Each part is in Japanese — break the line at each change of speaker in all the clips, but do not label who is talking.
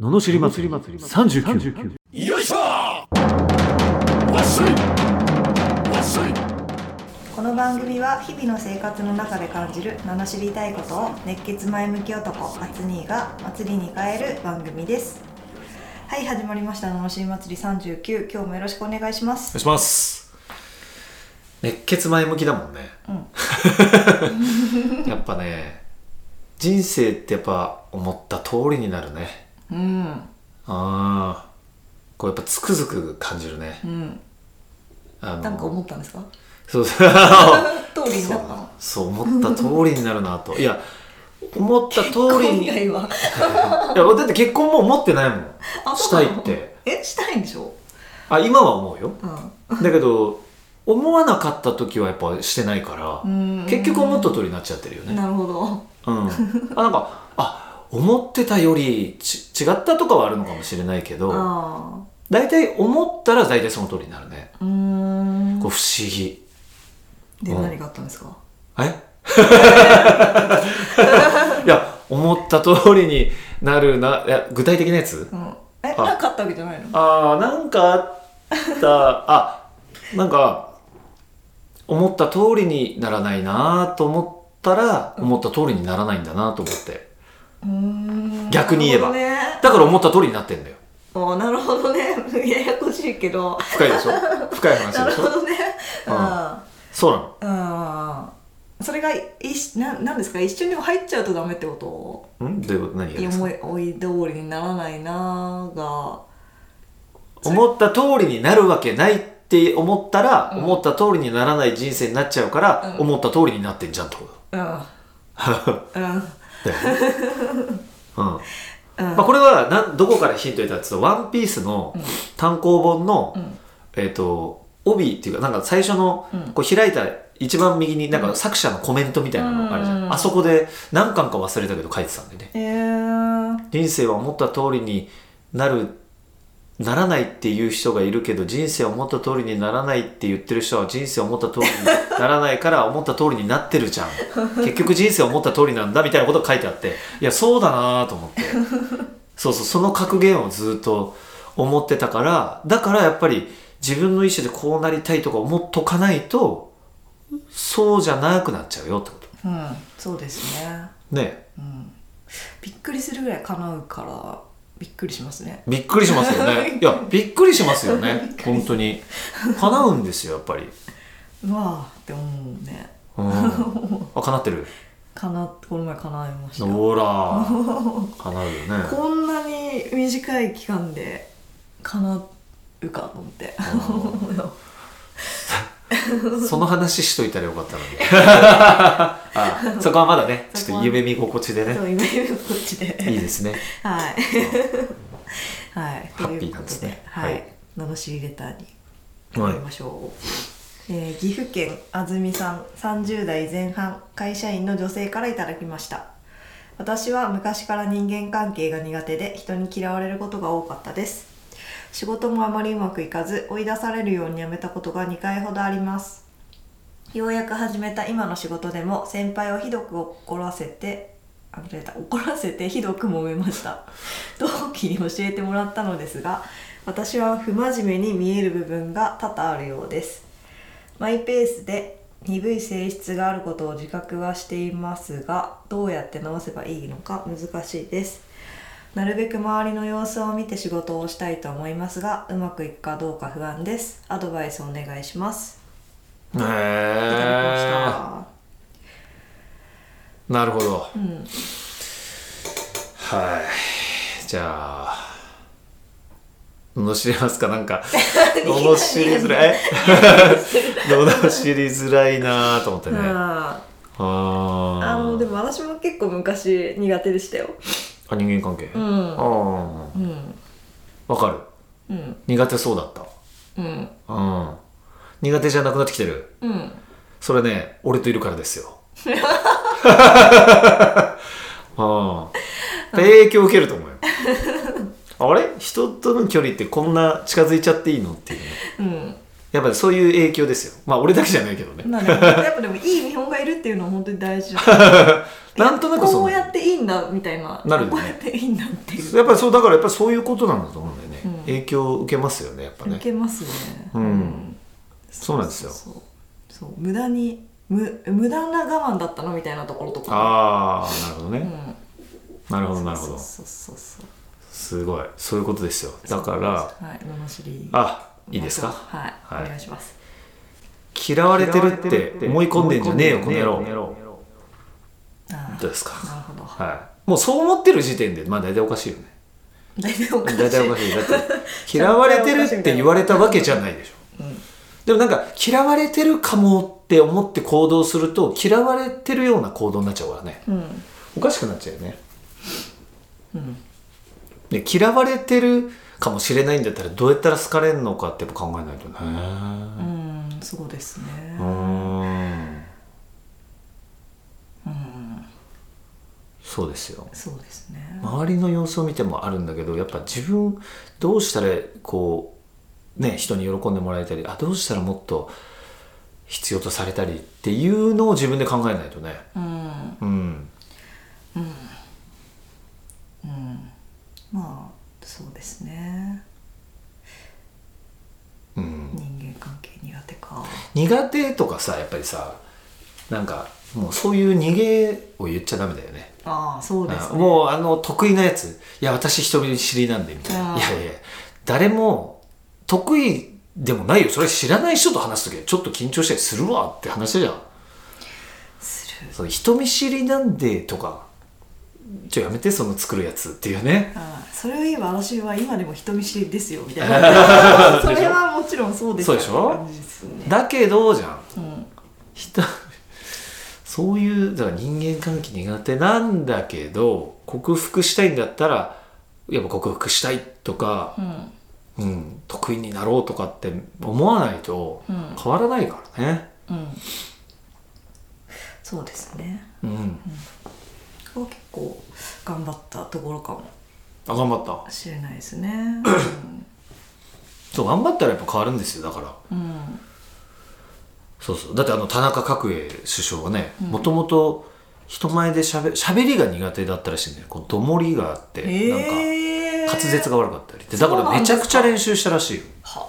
ののしり祭り39
よいしょわっしょいわっしょい
この番組は日々の生活の中で感じる名の知りたいことを熱血前向き男マツニーが祭りに変える番組ですはい始まりました「ののしり祭り39」今日もよろしくお願いしま
お願い
す
します
熱血前向きだもんね、やっぱね人生ってやっぱ思った通りになるね
うん
ああこうやっぱつくづく感じるね
うん
あの
なんか思ったんですか
そう そう
通りに
そ
な
う
ったの
そう思った通りになるなといや思った通りに
今回はい
やだって結婚も思ってないもん
あ
し
そ
た
う
い
なの
って
えしたいんでしょ
あ今は思うよ
うん
だけど思わなかった時はやっぱしてないから、
うん
結局思った通りになっちゃってるよね
なるほど
うん、あなんかあ思ってたよりち違ったとかはあるのかもしれないけど
あ
大体思ったら大体その通りになるね
あうーん
こう不思議
で
うん
何があったんですか
え いや思った通りになるないや具体的なやつ
うんえ
あ
なんかあったわけじゃないの
あーなんかあったあなんか思った通りにならないなと思ったら思った通りにならないんだなと思って
うーん
逆に言えば
なるほどね
だから思った通りになってんだよ
おなるほどね ややこしいけど
深いでし ょ深い話
な
で
る
し
ほ
ょ
どね
あ
う
そうなの
んうんそれがいしななんですか一緒にも入っちゃうとダメってこと
んどういうこと何がですか
思い思い通りにならないなーが
思った通りになるわけないって思ったら、
うん
思った通りにならない人生になっちゃうから、
うん
思った通りになってんじゃんって こと
うんうん
だよね、うんま
うん、
あ、これはなんどこからヒント得たっていうと「ワンピースの
うん
単行本の、
うん
えっと帯っていうかなんか最初の
うん
こう開いた一番右になん
う
か
ん
作者のコメントみたいなのがあるじゃん、
うん
あそこで何巻か忘れたけど書いてたんでね
えー、
人生は思った通りになるならないっていう人がいるけど人生を思った通りにならないって言ってる人は人生を思った通りにならないから思った通りになってる じゃん結局人生を思った通りなんだみたいなことが書いてあっていやそうだなと思ってそうそうその格言をずっと思ってたからだからやっぱり自分の意思でこうなりたいとか思っとかないとそうじゃなくなっちゃうよってこ
うんそうですね、
とね
うん、びっくりするぐらい叶うからびっくりしますね
びっくりしますよ ねいやびっくりしますよ
びっ
ね
くり
本当に叶うんですよやっぱり
うわーって思うね
うんあ叶ってる
かなこの前叶いました
ほら叶うよね
こんなに短い期間で叶うかと思って
その話しといたらよか ったのにあそこはまだねちょっと夢見心地でね
そう今夢こっちで
いいです ね
はいはい
ハッピーなんですね
ということは
はい
い罵りレターに
はい
参りましょう、えー岐阜県安住さん30代前半会社員の女性からいただきました私は昔から人間関係が苦手で人に嫌われることが多かったです仕事もあまりうまくいかず追い出されるように辞めたことが2回ほどありますようやく始めた今の仕事でも先輩をひどく怒らせてあ間違えた怒らせてひどく揉めました 同期に教えてもらったのですが私は不真面目に見える部分が多々あるようですマイペースで鈍い性質があることを自覚はしていますがどうやって直せばいいのか難しいですなるべく周りの様子を見て仕事をしたいと思いますがうまくいくかどうか不安ですアドバイスお願いします
へ
いただきまし
え
た
なるほど
うん
はいじゃあ罵りますかなん か罵りづらい 罵りづらいなと思ってねあ
あ
あ
ーあのでも私も結構昔苦手でしたよ
あ人間関係、
うん
ああ
うん
わかる
うん
苦手そうだった
うん
うん苦手じゃなくなってきてる
うん
それね俺といるからです ようん影響受けると思う よあれ人との距離ってこんな近づいちゃっていいのっていうね
うん
やっぱりそういう影響ですよまあ俺だけじゃないけどね
まあでもやっぱでもいい見本がいるっていうのは本当に大事だ
なんとなく
こ
そうう
やっていいんだみたいな
なるよね
こうやっていいんだっていう
やっぱりそうだからやっぱりそういうことなんだと思うんだよね、
うん
影響を受けますよねやっぱ
受
ね
けますね
うんそうなんですよ
そうそうそう無駄に無無駄な我慢だったのみたいなところとか
ああなるほどね、
あ
な
うん、
るほどなるほど
そうそうそう
すごいそういうことですよだから
はい罵り
らあいいですか
はい、
はい
お願いします
嫌われてるって思い込んでんじゃねえよこの野郎
あ
どうですか
あなるほど
はいもうそう思ってる時点でまあ大体おかしいよね
大 体おかしい
大体おかしいだ って嫌われてるって言われたわけじゃないでしょ
うん
でもなんか嫌われてるかもって思って行動すると嫌われてるような行動になっちゃうからね
うん
おかしくなっちゃうよね
うん
で嫌われてるかもしれないんだったらどうやったら好かれるのかってやっぱ考えないとね
うんそうですね
うーん
うん
そうですよ
そうですね
周りの様子を見てもあるんだけどやっぱ自分どうしたらこうね人に喜んでもらえたりあどうしたらもっと必要とされたりっていうのを自分で考えないとね
うん
うん
うんまあそうですね
うん
人間関係苦手か
苦手とかさやっぱりさなんかもうそういう逃げを言っちゃダメだよね
ああそうです
あ
ね
もうあの得意なやついや私人見知りなんでみたい
あ
な
ー
いやいや誰も得意でもないよそれ知らない人と話す時はちょっと緊張したりするわって話じゃん
する
その人見知りなんでとかちょやめてその作るやつっていうね
ああそれを言えば私は今でも人見知りですよ みたいなそれはもちろんそうです
そう
よ
でしょ
って感じですね
だけどじゃん
うん
人そういうだから人間関係苦手なんだけど克服したいんだったらやっぱ克服したいとか
うん
うん、得意になろうとかって思わないと
うん
変わらないからね。
うんそうですね
うん。
ここは結構頑張ったところかも
あ、頑張った。
しれない ですねうん
そう、頑張ったらやっぱ変わるんですよ、だから。
うん
そうそう。だってあの、田中角栄首相はね、もともと人前でしゃべりが苦手だったらしいんだよ。こう、どもりがあって、なんか、
えー、
滑舌が悪かったりって。だからめちゃくちゃ練習したらしいよ。
は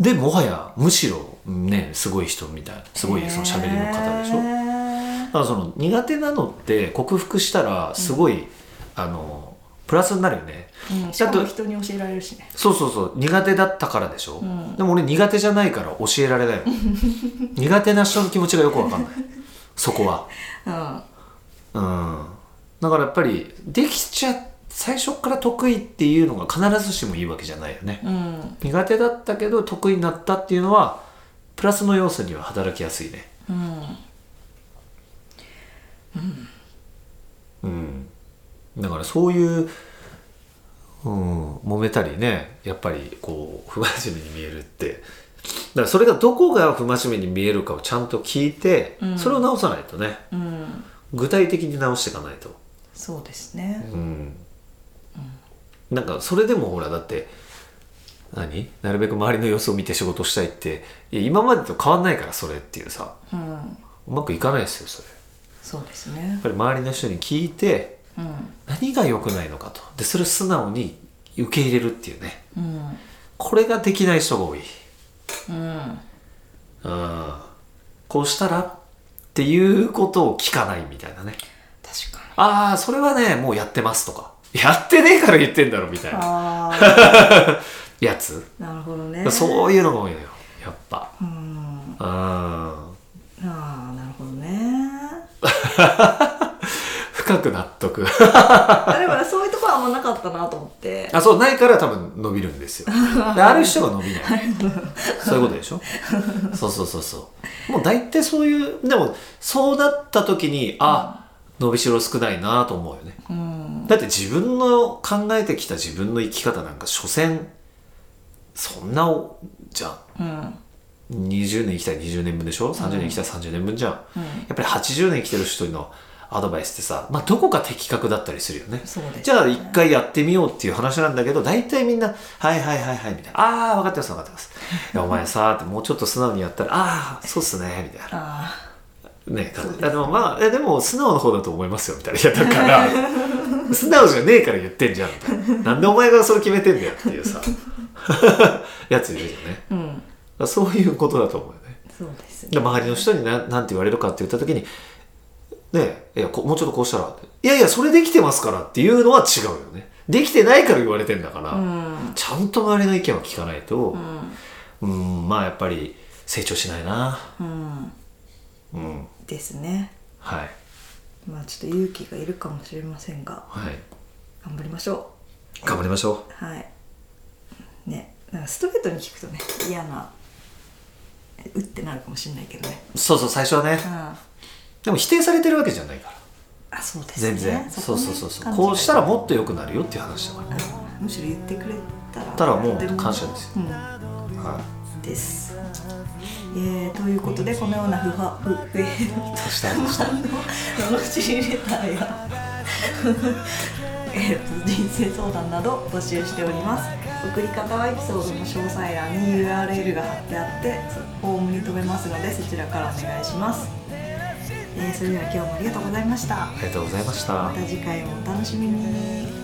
で、もはや、むしろ、ね、すごい人みたいな、すごいその喋りの方でしょ。
へ
だからその苦手なのって克服したらすごい、あのプラスになるよね、
ーうん、し
ちゃん
か
と
も人に教えられるしね
そうそうそう苦手だったからでしょ、
ん
でも俺苦手じゃないから教えられない もん苦手な人の気持ちがよくわかんないそこは
う
う
ん
んだからやっぱりできちゃ最初から得意っていうのが必ずしもいいわけじゃないよね、
うん
苦手だったけど得意になったっていうのはプラスの要素には働きやすいね
うん
うん、だからそういう、うん、揉めたりねやっぱりこう不真面目に見えるってだからそれがどこが不真面目に見えるかをちゃんと聞いて、
うん
それを直さないとね
うん
具体的に直していかないと、
そうですね
うんなんかそれでもほらだって何なるべく周りの様子を見て仕事したいっていや今までと変わんないからそれっていうさ
うん
うまくいかないですよそれや
そうですね
っぱり周りの人に聞いて
うん
何が良くないのかとでそれを素直に受け入れるっていうね
うん
これができない人が多い
うん
うんこうしたらっていうことを聞かないみたいなね
確かに
ああそれはねもうやってますとかやってねえから言ってんだろみたいな
あ
やつ、
あなるほどね
そうういうのが多いのよやっぱ
うん
うん
ああなるほどね
深く納得
あでもそういうところはあんまなかったなと思って
あそうないから多分伸びるんですよである人が伸びないそういうことでしょそうそうそうそうもう大体そういうでもそうなった時にあ伸びしろ少ないなと思うよね
うん
だって自分の考えてきた自分の生き方なんか所詮そんなおじゃん
うん
20年生きたら20年分でしょ30年生きたら30年分じゃん、や
うん
っぱり80年生きてる人のアドバイスってさ、まあ、どこか的確だったりするよね
そうですね
じゃあ一回やってみようっていう話なんだけど大体みんな「はいはいはいはい」みたいな「ああ分かってます分かってます」いや「お前さ」ってもうちょっと素直にやったら「ああそうっすね」みたいな
あ
ね
そうです
あのまあえでも素直な方だと思いますよみたいな「いやだから 素直じゃねえから言ってんじゃん」みたいななんでお前がそれ決めてんだよ」っていうさ やついるよねだか
うん
らそういうことだと思うよね
そうです
で周りの人にななんて言われるかって言った時に「ねえいやこもうちょっとこうしたら」いやいやそれできてますから」っていうのは違うよねできてないから言われてんだから、
うん
ちゃんと周りの意見を聞かないと
うん
うんまあやっぱり成長しないな
うん
うん
ですね
はい
まあちょっと勇気がいるかもしれませんが
はい
頑張りましょ
頑張りましょう
うはいねなんかストレートに聞くとね嫌なうってなるかもしれないけどね
そうそう最初はね
うん
でも否定されてるわけじゃないから
あそうですね
全然そうそうそうそうこ
こ
う
う
し
したた
ら
ら
もっと良くなるよっていう話だから
むしろ言ってくれたら
たらもう感謝ですよ、
うん
は
です、えー、ということでこのような不破不不平
いそしたそした
の罵りレターやえーと人生相談など募集しております送り方はエピソードの詳細欄に URL が貼ってあってそフォームに飛べますのでそちらからお願いします、えー、それでは今日もありがとうございました
ありがとうございました
また次回もお楽しみに